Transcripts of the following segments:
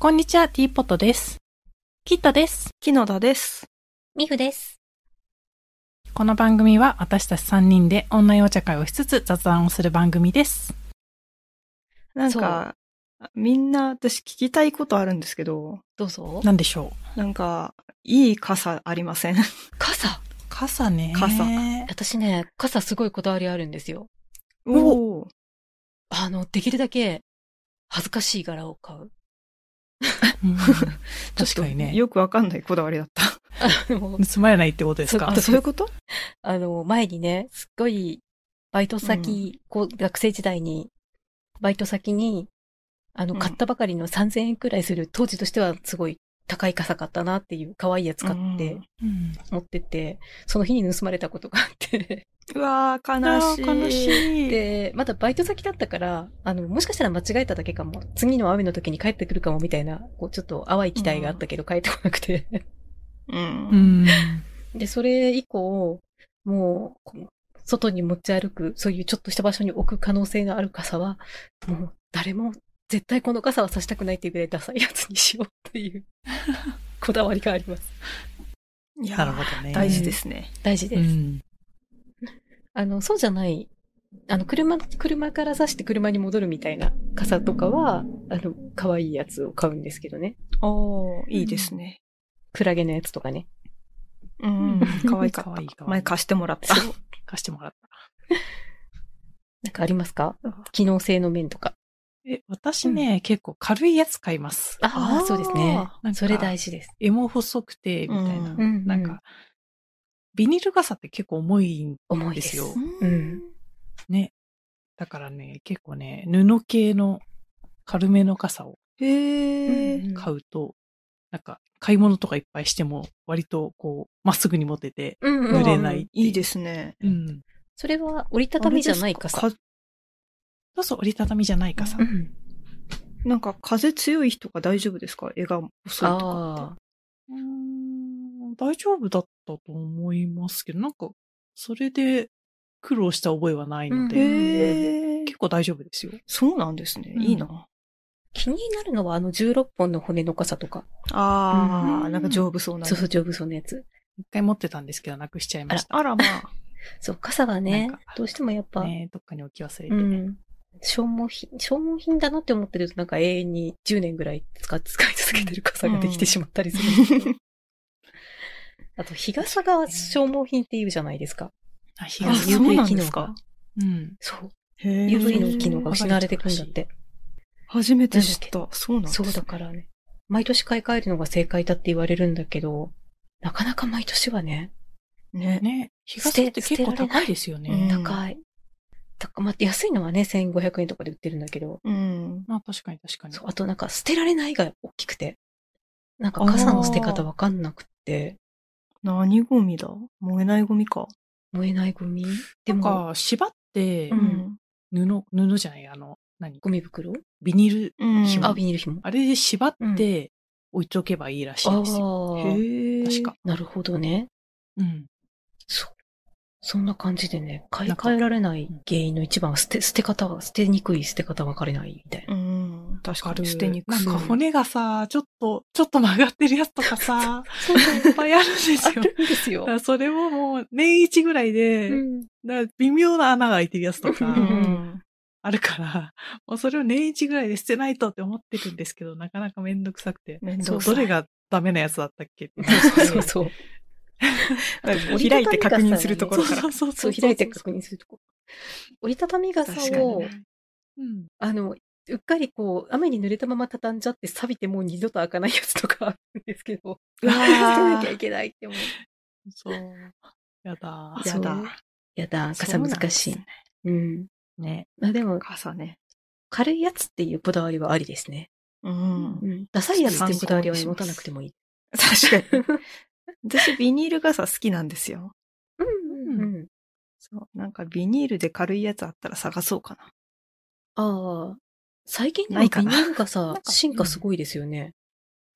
こんにちは、ティーポットです。キットです。木野田です。ミフです。この番組は私たち3人でオンラインお茶会をしつつ雑談をする番組です。なんか、みんな私聞きたいことあるんですけど、どうぞ。なんでしょなんか、いい傘ありません傘う傘ね。 傘私ね、傘すごいこだわりあるんですよ。おおあの、できるだけ恥ずかしい柄を買う。 うん確かにね。よくわかんないこだわりだった。あの、盗まれないってことですかあそういうことあの前にね、すっごい、バイト先、こう学生時代に、バイト先に、あの、うん買ったばかりの3000円くらいする、当時としてはすごい高い傘買ったなっていう可愛いやつ買って、うん持ってって、その日に盗まれたことがあって。うわあー、悲ーしい。悲しい。で、まだバイト先だったから、あの、もしかしたら間違えただけかも、次の雨の時に帰ってくるかもみたいな、こう、ちょっと淡い期待があったけど、帰ってこなくて。う。うんん。で、それ以降、もうこう、外に持ち歩く、そういうちょっとした場所に置く可能性がある傘は、もう、誰も、絶対この傘はさしたくないっていうぐらいダサいやつにしようっていう、こだわりがあります。いやなるーほどね。大事ですね。大事でうす。ん。あの、そうじゃない、あの、車、車から刺して車に戻るみたいな傘とかは、あの、可愛いやつを買うんですけどね。おおいいですね。クラゲのやつとかね。うん。かわいかかわいいっかた。わいい前貸してもらった。そう貸してもらっなんかありますかうん機能性の面とか。た。え、私ね、結構軽いやつ買います。あああ、ーそうですねなん。かそれ大事です。絵も細くて、みたいな。うんなんか、、ビニール傘って結構重いん重いでですすよよ。。うん。ね。だからね、結構ね、布系の軽めの傘をへえ。買うと、なんか買い物とかいっぱいしても、割とこう、まっすぐに持てて、うんうん、濡れないっていういいですね。うん。それは折りたたみじゃない傘。あれですか。そうそう、折りたたみじゃない傘。うん。なんか風強い日とか大丈夫ですか絵が細いとか。ああ。うーん、大丈夫だったと思いますけど、なんか、それで苦労した覚えはないのうんで、へえ。結構大丈夫ですよ。そうなんですね。うんいいな。気になるのはあの16本の骨の傘とか。ああ、うんなんか丈夫そうな。そうそう、丈夫そうなやつ。一回持ってたんですけど、なくしちゃいましあらまあ。そう、傘はねなんか、。どうしてもやったぱ、ねどっかに置き忘れて。うん。消耗品、消耗品だなって思ってると、なんか永遠に10年ぐらい使使い続けてる傘ができてしまったりする。 あと、日傘が消耗品って言うじゃないですか。あ、日あ、があそ強うく。うななんんでですすかか。うん。そう。へ UV ーの機能が失われてくんだって。初めて知った。そうなんですそうだからね。毎年買い替えるのが正解だって言われるんだけど、なかなか毎年はね、ね。ね。日傘って結構高いですよ捨てられねな。い高い。高まあ、安いのはね、1500円とかで売ってるんだけど、うん。まあ確かに確かにそう、。あとなんか捨てられないが大きくて、なんか傘の捨て方わかんなくって、何ゴミだ燃えないゴミか。燃えないゴミでなんも、か、縛ってう、ん。布、布じゃない、あの、何ゴミ袋ビニール、うん。紐あ、ビニール紐。あれで縛って置いておけばいいらしいですよ。ああ、へえ。確か。。なるほどね。うん。そう。そんな感じでね、買いなんか替えられない原因の一番は捨て、捨て方が、捨てにくい捨て方分かれないみたいな。うん。確か軽にい捨てにくないん。か骨がさ、ちょっと、ちょっと曲がってるやつとかさ、そうそういっぱいあるんですあよ。るんですだよか。らそれももう、年一ぐらいで、うんだから微妙な穴が開いてるやつとうか、ん。あるから、もうそれを年一ぐらいで捨てないとって思ってるんですけど、なかなかめんどくさくて。面そう、倒くさどい。れがダメなやつだったっけってそうそうそう。開いて確認するとこそうろから。そうそうそう、開いて確認するとこ。折りたたみ確傘かをに、うん。あの、うっかりこう、雨に濡れたまま畳んじゃって錆びてもう二度と開かないやつとかあるんですけど、うわ捨てなきゃーいけないって思う。そう。やだい。やだそう。やだ、傘難しい。そうなんですねうん。ね。まあでも、傘ね。軽いやつっていうこだわりはありですね。うん。うん。ダサいやつっていうこだわりは持たなくてもいい。確かに。 私、ビニール傘好きなんですよ。ううんんうん。そう。なんかビニールで軽いやつあったら探そうかな。ああ、最近のないビニかなールがなんさ、か進化すごいですよね。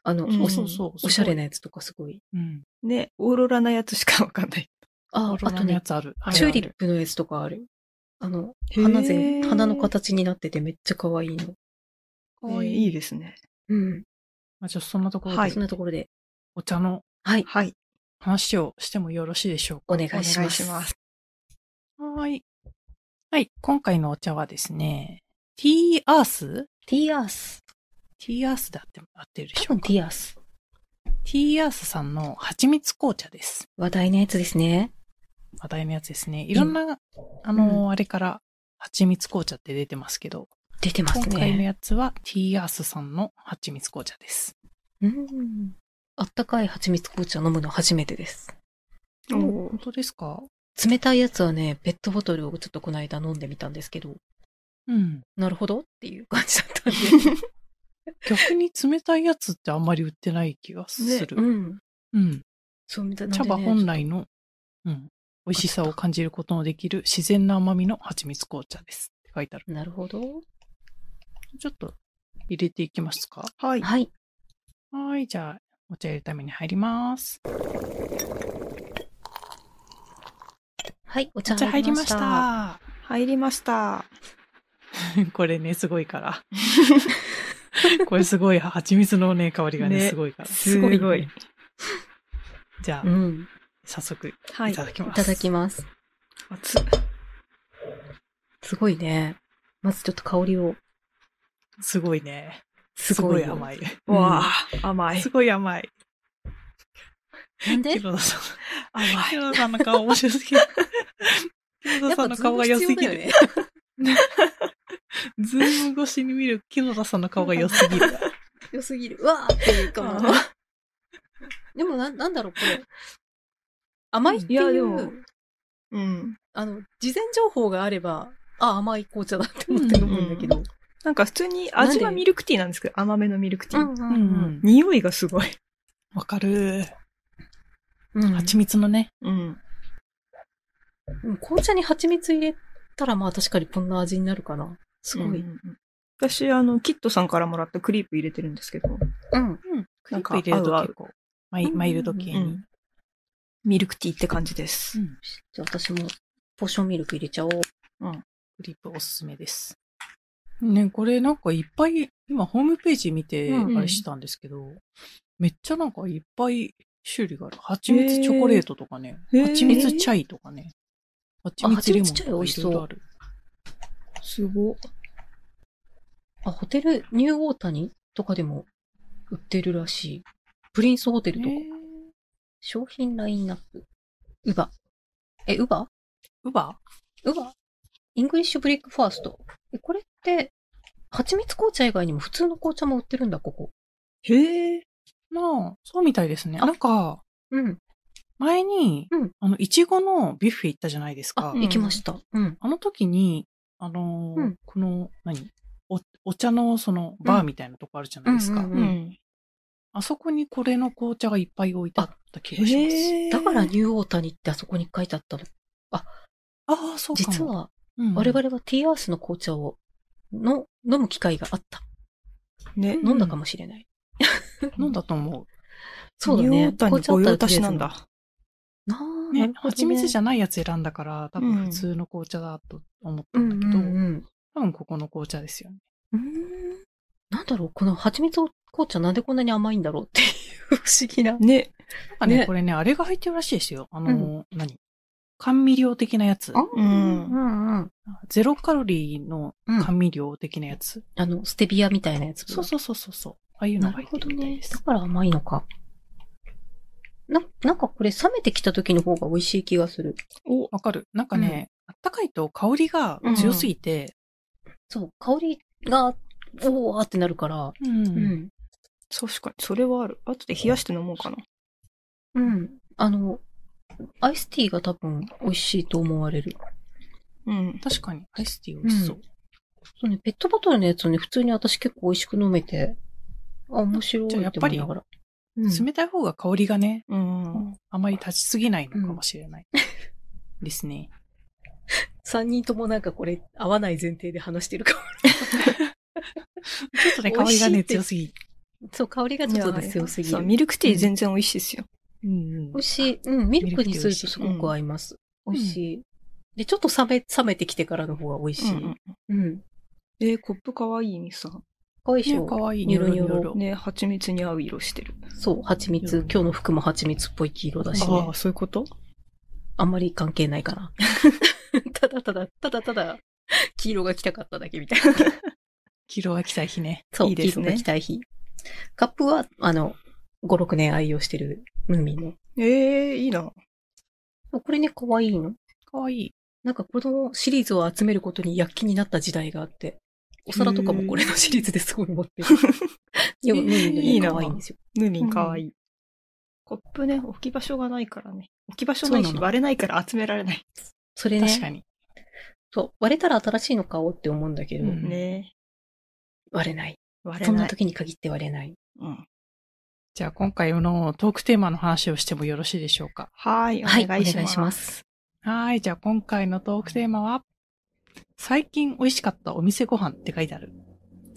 あの、うんおそうそう。おしゃれなね。やつとかすごい。うん。ね、オーロラなやつしかわかんない。あオあ、ーロあラとのやね、つある。あるあるチューリップのやつとかある。あの、花へぜー花の形になっててめっちゃ可愛いの。えーいいですね。うん。まあ、じゃあそんなところで、はいそんなところで。お茶のはい。はい。話をしてもよろしいでしょうかお願いお願いししま。ますす。はい。はい。今回のお茶はですね、ティーアースティーアース。ティーアースで合って合ってるで多しょう分かティーアース。ティーアースさんの蜂蜜紅茶です。話題のやつですね。話題のやつですね。いろんな、あの、あれから蜂蜜紅茶って出てますけど、出てます今回のね。やつはティーアースさんの蜂蜜紅茶です。うん。あったかい蜂蜜紅茶飲むの初めてです。おー本当ですか冷たいやつはね、ペットボトルをちょっとこの間飲んでみたんですけど、うん。なるほどっていう感じだったんで。 逆に冷たいやつってあんまり売ってない気がする。うん。うん。そうみたいな茶葉本来の、うん、美味しさを感じることのできる自然な甘みの蜂蜜紅茶です。って書いてある。なるほど。ちょっと入れていきますか。はい。はい。はい、じゃあ、お茶入れるために入ります。 はい、おお茶茶入りました。入りました。これね、すごい から。これすごい、蜂蜜のね、香りがね、ねすごいから。すごいすごいね。じゃうあ、ん。早速、はいい。ただきいます。ただきます。熱っすごいね。まずちょっと香りを。すごいね。すすごごいいよ甘い。うんわあ、甘 いす。ごい甘い。なんでヒロ田さん。甘ヒい。ロ田さんの顔面白すぎ る。ヒロ田さんの顔が良すぎる。ね。 ズーム越しに見る木野田さんの顔が良す ぎる。良すぎる。うわーっていうかもうあ でもな、なんだろう、これ。甘いっていいや、でう、も、うん。あの、事前情報があれば、あ、甘い紅茶だって思って飲むんだけど。うなんか普通に味はミルクティーなんですけど、甘めのミルクティー。うんうん。匂いがすごい。わかる。うんうん蜂蜜のね。うん。うん紅茶に蜂蜜入れたら、まあ確かにこんな味になるかな。すすごごいい。。私、あの、キットさんからもらったクリープ入れてるんですけど、うん。クリップ入れると結構、マイマイルド系うに。ん。ミルクティーって感じです。じゃあ私も、ポーションミルク入れちゃおう。クリップおすすめです。ね、これなんかいっぱい、今ホームページ見てうんうんあれしたんですけど、めっちゃなんかいっぱい種類がある。蜂蜜チョコレートとかね、へー蜂蜜チャイとかね、蜂蜜レモンとかいろいろある。すご。あ、ホテル、ニューオータニとかでも売ってるらしい。プリンスホテルとか。商品ラインナップ。ウバ。え、ウバウバウバイングリッシュブレックファースト。え、これって、蜂蜜紅茶以外にも普通の紅茶も売ってるんだ、ここ。へえ。なあ、そうみたいですね。あなんか、うん。前に、うんあの、いちごのビュッフェ行ったじゃないですあ、か。うん行きました。うん。あの時に、あのーうんこの、何おお茶のそのバーみたいなとこあるじゃないですか。うんうんうんうん。あそこにこれの紅茶がいっぱい置いてあった気がします。だからニューオータニってあそこに書いてあったの。ああ、そうかも。実、は、うん我々はティーアースの紅茶を、の、飲む機会があった。ね、うん飲んだかもしれない。飲んだと思そうだニューね。オータニ御用達なん紅茶あったらとりあえず飲だ。む。なあ、う。ね、蜂蜜じゃゃないやつ選んだから、多分普通の紅茶だと思ったんだけど、うんうん多分ここの紅茶ですよね。うん、うーんなんだろうこの蜂蜜紅茶なんでこんなに甘いんだろうっていう不思議な。ね。なんかね、ねこれね、あれが入ってるらしいですよ。あのー、何甘味料的なやつ。うんうんうん。ゼロカロリーのうん甘味料的なやつ。あの、ステビアみたいなやつ。そうそうそうそうそう。ああいうのなが入るってほるどみたいねで。だす。から甘いのか。な、なんかこれ冷めてきた時の方が美味しい気がする。お、わかる。なんかね、あったかいと香りが強すぎて、そう、香りが、おーってなるから。うんうん。確かに、それはある。後で冷やして飲もうかな。うん。あの、アイスティーが多分美味しいと思われる。うん。確かにアイスティー美味しそう。そうね、ペットボトルのやつをね、普通に私結構美味しく飲めて、あ、面白いって思いながら。うん冷たい方が香りがね、うん。あまり立ちすぎないのかもしれない。ですね。三人ともなんかこれ合わない前提で話してるかも。ちょっとね、美香味りしいがね、って強すぎ。そう、香りがちょっとね強すぎそうる。ミルクティー全然美味しいですよ。うんうん美味しい。うん、ミルクにすミるとルクすティー美味しいごく合います。ん美味しい。で、ちょっと冷め、冷めてきてからの方が美味しい。うん。えーコップかわいいにさ。赤いしねょ。かわいい。ニニョョロロニニョョロロ。ね、蜂蜜に合う色してる。そう、蜂蜜。今日の服も蜂蜜っぽい黄色だしあねあ、。そういうことあんまり関係ない かな。ただただ、ただただ、黄色が着たかっただけみたいな。黄色が着たい日ね。そう、いい黄です色ねが着たい日。カップは、あの、5、6年愛用してるムーミンの。ええいいな。これね、可愛いの。かわいい。なんかこのシリーズを集めることに躍起になった時代があって、お皿とかもこれのシリーズですごい持ってる。 でも、ムーミンのいいね、な可愛いんですよ。ムーミンかわいい。コップね、置き場所がないからね。置き場所ないそうし、なの割れないから集められない。それ確かね、に。そう、割れたら新しいの買おうって思うんだけど、うんね割れない。割れそんな。ない時に限って割れない。うん、じゃあ今回のトークテーマの話をしてもよろしいでしょうか。はーい、はい、おお願願いいします。します。はい。じゃあ今回のトークテーマは、最近美味しかったお店ご飯って書いてある。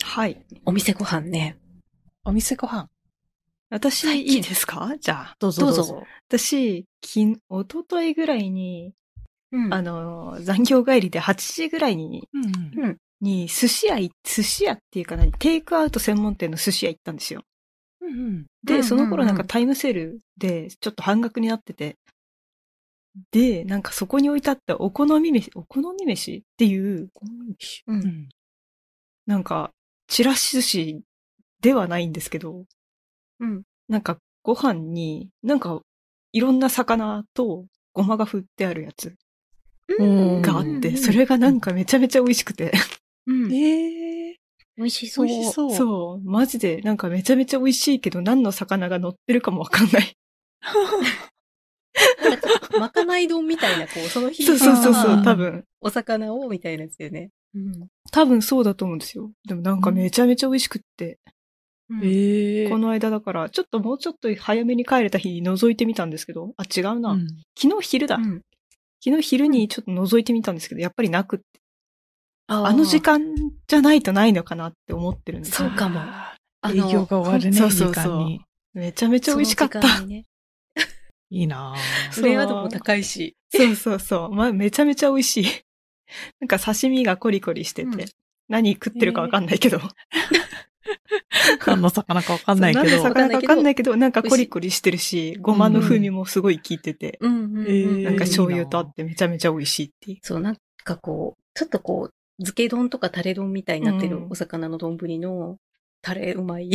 はい。お店ご飯ね。お店ご飯。私、いいですかじゃあ。どうぞどどううぞぞ。私、昨日、一昨日ぐらいに、うんあの、残業帰りで8時ぐらいに、うんうん。に寿司屋い、寿司屋っていうか何、テイクアウト専門店の寿司屋行ったんですよ。うんうん。うんうんうで、んその頃なんかタイムセールで、ちょっと半額になってて、で、なんかそこに置いてあったお好み飯、お好み飯っていう、お好み飯うんうん。なんか、チラシ寿司ではないんですけど、うん。なんかご飯に、なんか、いろんな魚とごまが振ってあるやつうんがあって、そ、れがなんかめちゃめちゃ美味しくて、うん、ええ美味しー、そう。美味しそう。そう、マジでなんかめちゃめちゃ美味しいけど、何の魚が乗ってるかもわかんない。 なんかちょっとまかない丼みたいな、こう、その日そうそうそうあそう、ー多分。お魚をみたいなやつだよね。うん。多分そうだと思うんですよ。でもなんかめちゃめちゃ美味しくって、ええー。この間だから、ちょっともうちょっと早めに帰れた日に覗いてみたんですけど、あ、違うな。うん昨日昼だ。うん昨日昼にちょっと覗いてみたんですけど、やっぱりなくって、あーあの時間じゃないとないのかなって思ってるんですそうよ。かもああー営の業が終わるね、そうそうそう時間に。めちゃめちゃ美味しかった。その時間にね。いいなぁ。そうフレア度も高いし。 そうそうそう。まあ、めちゃめちゃ美味しい。なんか刺身がコリコリしてて、うん何食ってるかわかんないけど。 何の魚かわかんないけそうど。何の魚かわかんないけど、なんかコリコリしてるし、ごまの風味もすごい効いてて、うんうんうん、えーなんか醤油とあいいってめちゃめちゃ美味しいっていう。そう、なんかこう、ちょっとこう、漬け丼とかタレ丼みたいになってるうんお魚の丼の、タレうまい。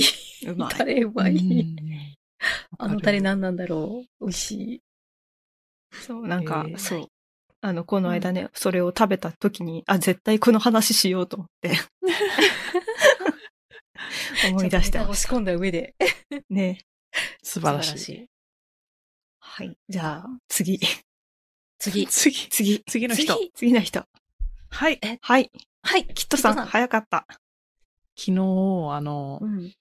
うまい。タレうまうい。んあのタレ何なんだろう。美味しい。そう、なんか、えーそう。あの、この間ね、それを食べた時に、あ、絶対この話しようと思って。思い出してちゃんとま押しし込んだ上で。たね。素晴らしい。い。はい。じゃあ、次。次。次、次。次の人。次次の人。はい。はい。はい。キットさん、キットさん早かった。昨日、あの、ん。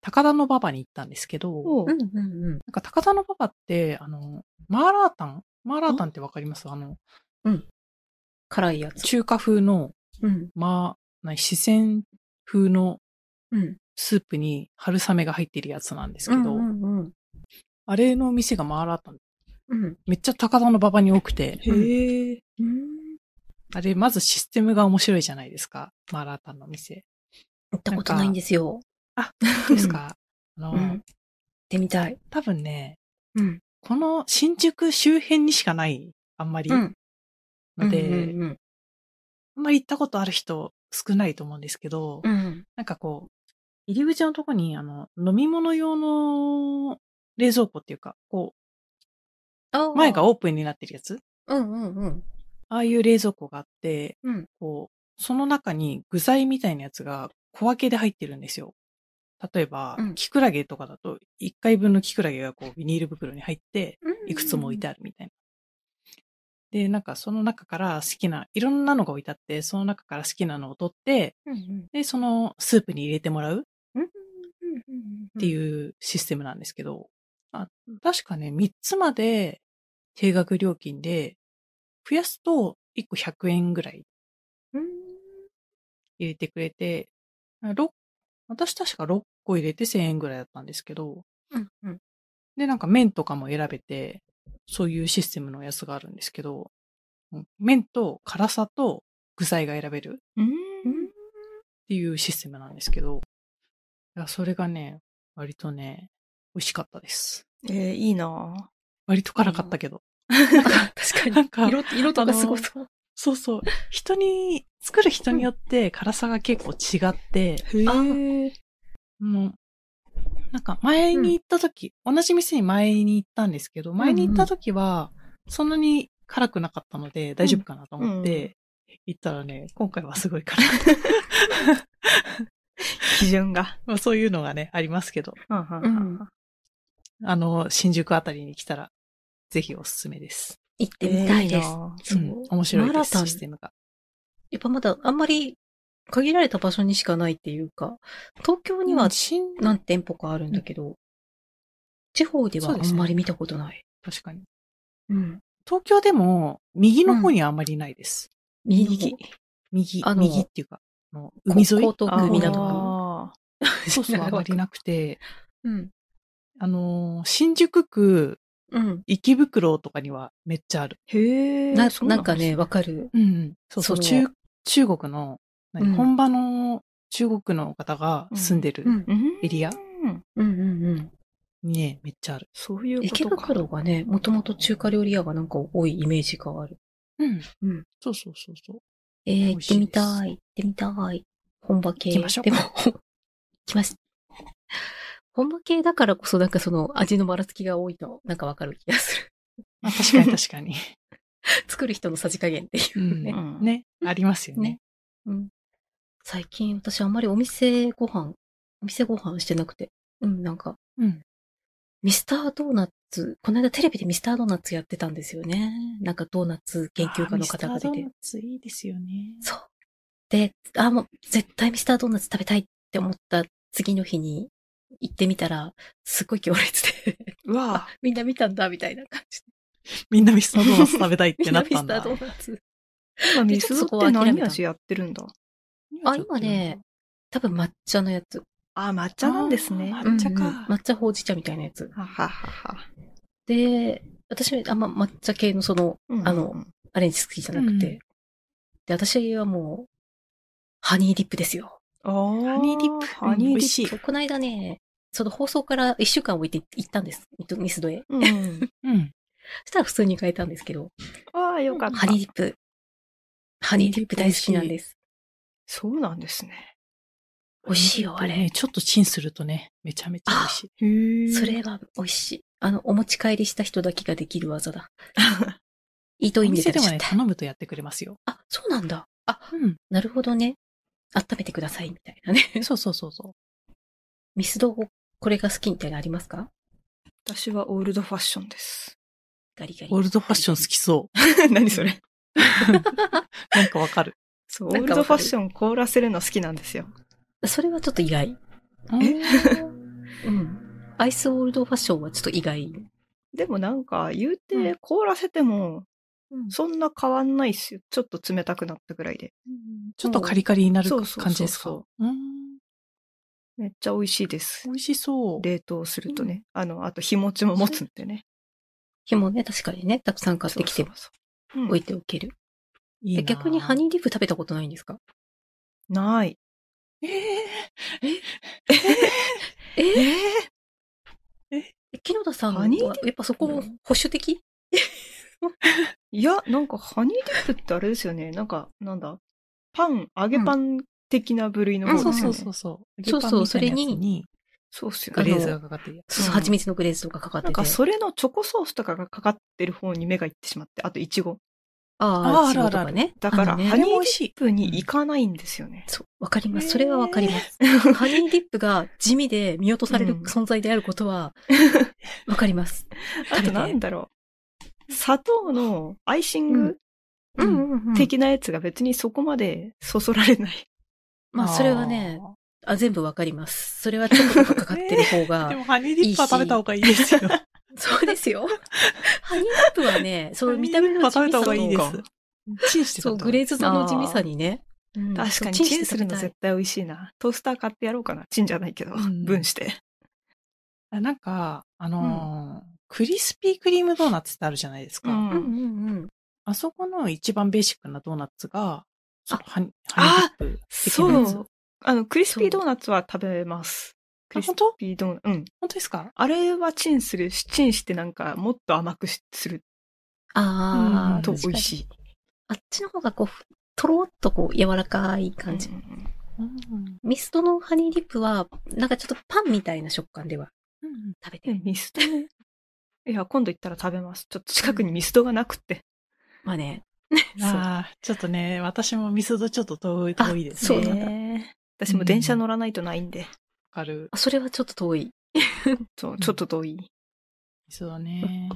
高田の馬場に行ったんですけど、なんおううんうんうん。か高田の馬場って、あの、マーラータンマーラータンってわかりますあの、辛いやつ。中華風の、うん。まあ、な四川風のうん。スープに春雨が入ってるやつなんですけど、うんうんあれの店がマーラータン。うん。めっちゃ高田の馬場に多くて、へえ。うん。あれ、まずシステムが面白いじゃないですか。マーラータンの 店。行ったことないんですよ。どうですか、あの、うん。行ってみたい。多分ね、うん。この新宿周辺にしかない、あんまり。うんので、うんうんあんまり行ったことある人少ないと思うんですけど、うん。うんなんかこう、入り口のとこに、あの、飲み物用の冷蔵庫っていうか、こあーう、前がオープンになってるやつうんうんうん。ああいう冷蔵庫があって、うんこう、その中に具材みたいなやつが小分けで入ってるんですよ。例えば、うんキクラゲとかだと、1回分のキクラゲがこう、ビニール袋に入って、いくつも置いてああるみたいな。で、なんかその中から好きな、いろんなのが置いてあって、その中から好きなのを取って、る。うんで、そのスープに入れてもらうっうんうんうん。ってういうシステムなんですけど、あ確かね、3つまで定額料金で、増やすと1個100円ぐらいん。入れてくれて、6私確か6個入れて1000円ぐらいだったんですけど、うんうん。で、なんか麺とかも選べて、そういうシステムのやつがあるんですけど、うん麺と辛さと具材が選べる。うん。っていうシステムなんですけど、いやそれがね、割とね、美味しかったです。えーいいな割と辛かったけど。なんか確なんかかに。色、色とかすごそう。そうそう。人に、作る人によって辛さが結構違って、ぁ。へぇもう、なんか前に行った時、同じ店に前に行ったんですけど、前に行った時は、そんなに辛くなかったので大丈夫かなと思っうんて、行ったらね、今回はすごい辛い。 基準が。まあそういうのがね、ありますけど、うんうんうんあの、新宿あたりに来たら、ぜひおすすめです。行ってみたいです。えーなぁそううん面白いでマラタす、ンシステムが。やっぱまだあんまり限られた場所にしかないっていうか、東京には新何店舗かあるんだけど、地方ではあんまり見たことない。確かに。うん。東京でも、右の方にはあんまりないです。右。右、あの右っていうか、あの海沿い江東区港区。あそうそう、あまりなく て、うん。あのー、新宿区、うん。池袋とかにはめっちゃある。ーへぇな、なんかね、、わかる。うん。そうそう、その中、中国の、何うん本場の中国の方が住んでるうん。うんエリアうんうんうん。にね、めっちゃある。そういうこと池か。袋がね、もともと中華料理屋がなんか多いイメージがある。うん。うん。そうそうそうそう。えー、行ってみたい。行ってみたい。本場系。行きましょうでも、 ほ行きます。本場系だからこそなんかその味のばらつきが多いの、なんかわかる気がする。 まあ、確かに確か に。作る人のさじ加減っていうね。う んね、ありますよね。うん最近私あんまりお店ご飯、お店ご飯してなくて。うん、なんか、うん。ミスタードーナツ、この間テレビでミスタードーナツやってたんですよね。なんかドーナツ研究家の方が出て。て。いいですよね。そう。で、あ、もう絶対ミスタードーナツ食べたいって思った次の日に行ってみたら、すっごい行列で、 うわみんな見たんだみたいな感じ みんなミスタードーナツ食べたいっで。みてんななっミたスんタ だ。ードーナツ。ぁ。ミスドって何味やってるんだあ、今ね、多分抹茶のやつ。あ、抹茶なんですね。あはー抹茶かうんうん抹茶ほうじ茶みたいなやつ。ははは。で、私、あんま抹茶系のその、あのうん、アレンジ好きじゃなくて。うんで、私はもう、ハニーディップですよ。あーハニーディップハニーディップ。美味しいそうこの間ね、その放送から1週間置いて行ったんです。ミスドへ。うん。うん。そしたら普通に買えたんですけど、 ああ、よかった。ハニーディップ。ハニーディップ大好きなんです。そうなんですね。美味しいよ、あねれ。ちょっとチンするとね、めちゃめちゃ美味しい。へーそれは美味しい。あの、お持ち帰りした人だけができる技だ。イートおインで店で出もしね、た。頼むとやってくれますよ。あ、そうなんだ。あ、うん。なるほどね。温めてください、みたいなね。 そうそうそうそう。ミスド、これが好きみたいなのありますか私はオールドファッション です。ガリガリ。オールドファッション好きそう。何それなんかわかる。そう、オなーんルかわかドるファッション凍らせるの好きなんですよ。それはちょっと意外。えうん。アイスオールドファッションはちょっと意外。でもなんか、言ううて凍らせても、うんそんな変わんないっすよ。ちょっと冷たくなったぐらいで。ちょっとカリカリになるそうそうそうそう感じですかうん。めっちゃ美味しいです美。味しそう。冷凍するとね。あの、あと日持ちも持つんでね。日もね、確かにね、たくさん買ってきそてうそうそううん置いておける。いいなえ逆にハニーディップ食べたことないんですかない。えーええー木野田さんはハニーディッやっぱそこも保守的いや、なんかハニーディップってあれですよね。なんか、なんだ。パン、揚げパン的な部類のう方んそですようね。そうそうそう。そうそうそれに揚げパンみそうっすよたいなやつにグね。レーズがかかってるやそうそうう、ん蜂蜜のグレーズとかかかってなんて。かそれのチョコソースとかがかかってる方に目がいってしまって、あとイチゴ。ああ、あー仕事あるあるがね。だから、あのねハニあーれもディ美味しいップに行かないんですよ ね。そう、わかりまえす。ーそれはわか ります。ハニーディップが地味で見落とされる存在であることは、わかります。あとなんだろう。砂糖のアイシングうんんうんうん。的なやつが別にそこまでそそられない。つ。まあ、それはね、あ、全部わかります。それはチョコとかかかってる方 あー。がで、もハニーディップは食べた方がいい ですよ。そうですよ。ハニーディップはね、その見た目の地ハニーディップは食べ味さた方がいいでと、す。チンしてたそんう、だグレーズさの地味さにね。う確んかにそうチンするのして絶対美味しいな。トースター買ってやろうかな。チンじゃないけど、うん分して。あなんか、あのークリスピークリームドーナツってあるじゃないですか。うん食べたいうんうんうん。あそこの一番ベーシックなドーナツが、そのハニハニーディップ的そなやつう。あの、クリスピードーナツは食べます。クあリス本当ピードーナツ。うん。本当ですかあれはチンするし、チンしてなんかもっと甘くしするああ、うんと確美味い。しい。あっちの方がこう、とろっとこう、柔らかい感じ。うんうんうんうん。ミストのハニーリップは、なんかちょっとパンみたいな食感ではうん食べてえる。ミストね。いや、今度行ったら食べます。ちょっと近くにミストがなくって。まあね。ああ、ちょっとね、私もミスドちょっと遠い、あ遠いですそね。うなんだね私も電車乗らないとないんで、わかる。あそれはちょっと遠い。そうちょっと遠い。ミスドね。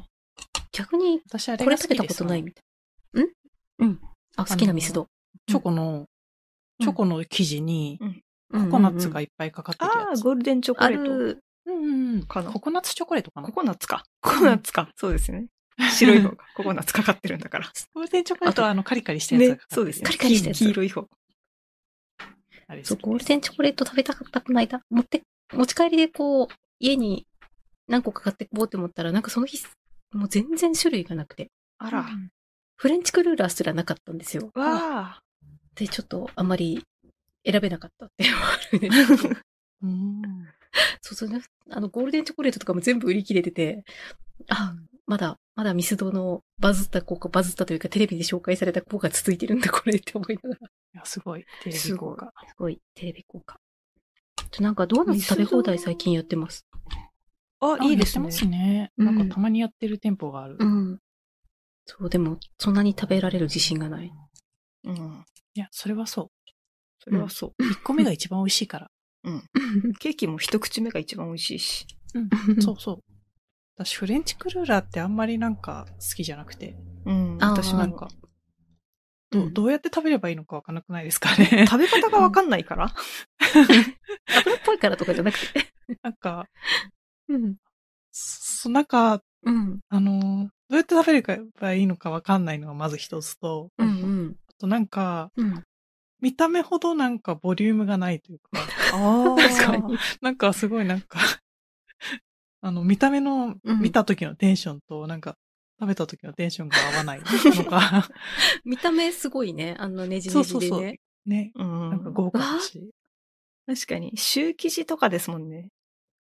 逆に、私あれこれが好食べきたでこすとわないみたい。んうん。あ、好きなミスド。チョコの、うんチョコの生地に、コココナッツがいっぱいかかってるあやあ、つ。ゴールデンチョコあレート。る。うんうんうん。かなココナッツチョコレートかなココナッツか。ココナッツか。そうですね。白い方がココナッツかかってるんだから。ゴールデンチョコレートはあのカリカリしたやつがねかか、ってそるうですね。カリカリしたやつ黄色い方。あれですそねう、ゴールデンチョコレート食べたかった、この間。持って、持ち帰りでこう、家に何個か買ってこうって思ったら、なんかその日、もう全然種類がなくて、あら。うんフレンチクルーラーすらなかったんですよ。わあ。で、ちょっとあんまり選べなかったっていうのもあるん ですけどうん。そうそうね。あの、ゴールデンチョコレートとかも全部売り切れてて、あ、まだ、まだミスドのバズった効果、バズったというかテレビで紹介された効果続いてるんだ、これって思いながら。いや、すごい。テレビすご効い果。すごい、テレビ効果。ちょなんかドーナツ食べ放題最近やってます。あ、いいですあねやっ。てますね。うんなんかたまにやってる店舗がある。うん。そう、でも、そんなに食べられる自信が ない。うん。いや、それはそ。それはそう1個目が一番美味しいから。う。ケーキも一口目が一番美味しいし。そうそう。私、フレンチクルーラーってあんまりなんか好きじゃなくて、うん。あー私ななんんか、か。どううんどうやって食べればいいのかわからなくないですかね。食べ方がわかんないから。油っぽいからとかじゃなくて。なんか、うん。そなんか、うん。あのー、どうやって食べればいいのかわかんないのがまず一つと、うん。うん。あとなんか、うん。見た目ほどなんかボリュームがないというか、ああ。確かに。なんかすごいなんか、 あの、見た目の、うん見た時のテンションと、なんか、食べた時のテンションが合わない のか、見た目すごいね。あのねじそねうじそうでそうね。。ね、うなんかん。豪華だし。確かに。シュー生地とかですもんね。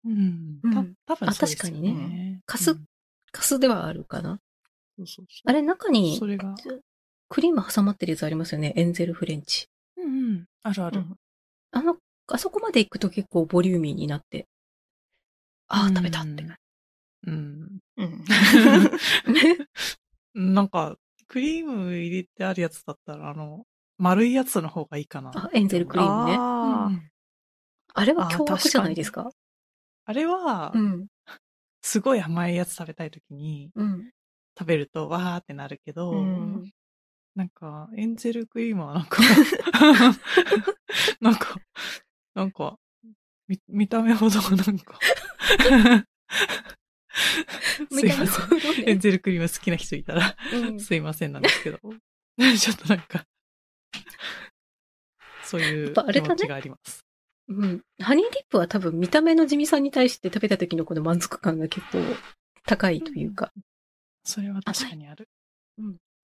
うん。うんた多分そうですよあ確かにね。かすうんカスではあるかな。そうそうそうあれ、中にそれが。クリーム挟まってるやつありますよね。エンゼルフレンチ。うんうん。あるあうるん。あの、あそこまで行くと結構ボリューミーになって。ああ、食べたって 感 うん。うん。なんか、クリーム入れてあるやつだったら、あの、丸いやつの方がいいかな。あ、エンゼルクリームね。ああうあ。んれは凶悪じゃないですかあれはう、ん。すごい甘いやつ食べたい時にうん。食べると、わーってなるけど、うんなんか、エンゼルクリームはなん か、なんか、なんか、み見た目ほどなんか、す 見 いた目まそせ。うんねエンゼルクリーム好きな人いたら、うんすいませんなんですけど。 ちょっとなんか、そういやっうぱあれ気だね持ちがあります。うん。ハニーディップは多分見た目の地味さに対して食べた時のこの満足感が結構高いというか。それは確かにある。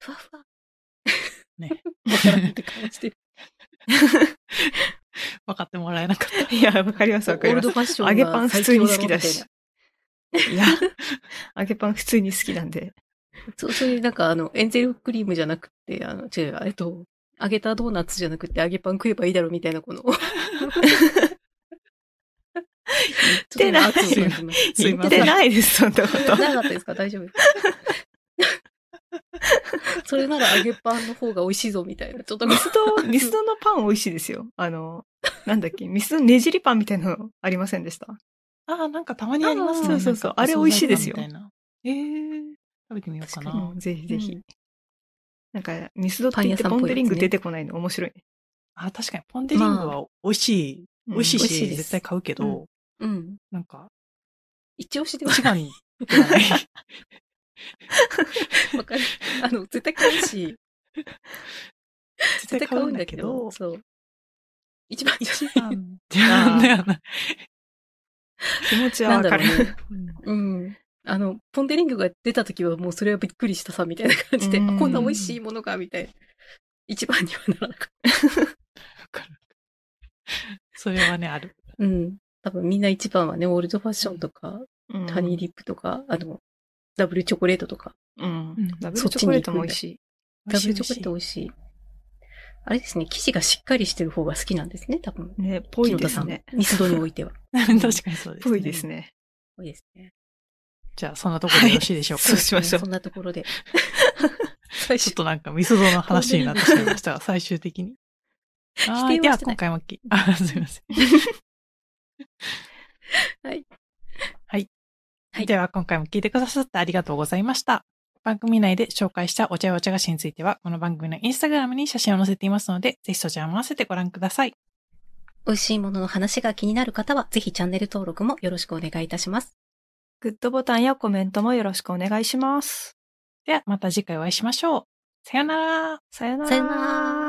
ふわふわ。ね。 わからんって感じで。分かってもらえなかった。いや、わかります、オわかりーまルすド。ファッション揚げパがン普最通強にだ好ろきみただいしな。。いや、揚げパン普通に好きなんで。そう、そういうなんかあの、エンゼルクリームじゃなくて、あの、違う、えっと、揚げたドーナツじゃなくて揚げパン食えばいいだろみたいなこ の。てないちょっと圧を感じますすいま言っせんてないです、そんなこなと。かったですか大丈夫ですか それなら揚げパンの方が美味しいぞみたいな。ちょっとミスド、ミスドのパン美味しいですよ。あの、なんだっけ、ミスドのねじりパンみたいなのありませんでした ああ、なんかたまにありますね。あーそうそうそうなんかあれ美味しいですよお惣菜パンみたいなえー、食べてみようか確なう。ん、ぜひぜひ。うんなんか、ミスドって言ってパンポ屋さんンっぽいやつねデリング出てこないの面白いね。あ、確かに、ポンデリングは美味しい。うん美味しい美味しいし、です絶対買うけど、う うん。なんか、一押しでは一番に行ってない。わかる。あの、絶対買うし、 絶対買うんだけ ど、そう。一番一番ではない。気持ちはなわんだかろる。うね。うん。あの、ポンデリングが出た時はもうそれはびっくりしたさ、みたいな感じで、うんあこんな美味しいものが、みたいな。一番にはならなかっわかるそれはね、ある。うん。多分みんな一番はね、オールドファッションとか、うんハニーリップとか、あの、ダブルチョコレートとか。うんうん。ダブルチョコレートも美味しい。ダブルチョコレート美美味しい。あれですね、生地がしっかりしてる方が好きなんですね、多分。ね、ぽいですね。ミスドにおい ては。味しい 確かにそうです、ぽいですね。多いですね。じゃあ、そんなところでよろしいでしょうか。はいそうしましょうそんなところで。最ちょっ初。となんか、ミスドの話になってしまいました が、最終的に。あー否定はしてなでは、今い回もき、あ、すみません。 はい。はい。はいでは、今回も聞いてくださってありがとうございました。番組内で紹介したお茶やお茶菓子については、この番組のインスタグラムに写真を載せていますので、ぜひそちらも合わせてご覧ください。美味しいものの話が気になる方は、ぜひチャンネル登録もよろしくお願いいたします。グッドボタンやコメントもよろしくお願いします。では、また次回お会いしましょう。さよなら。さよなら。さよなら。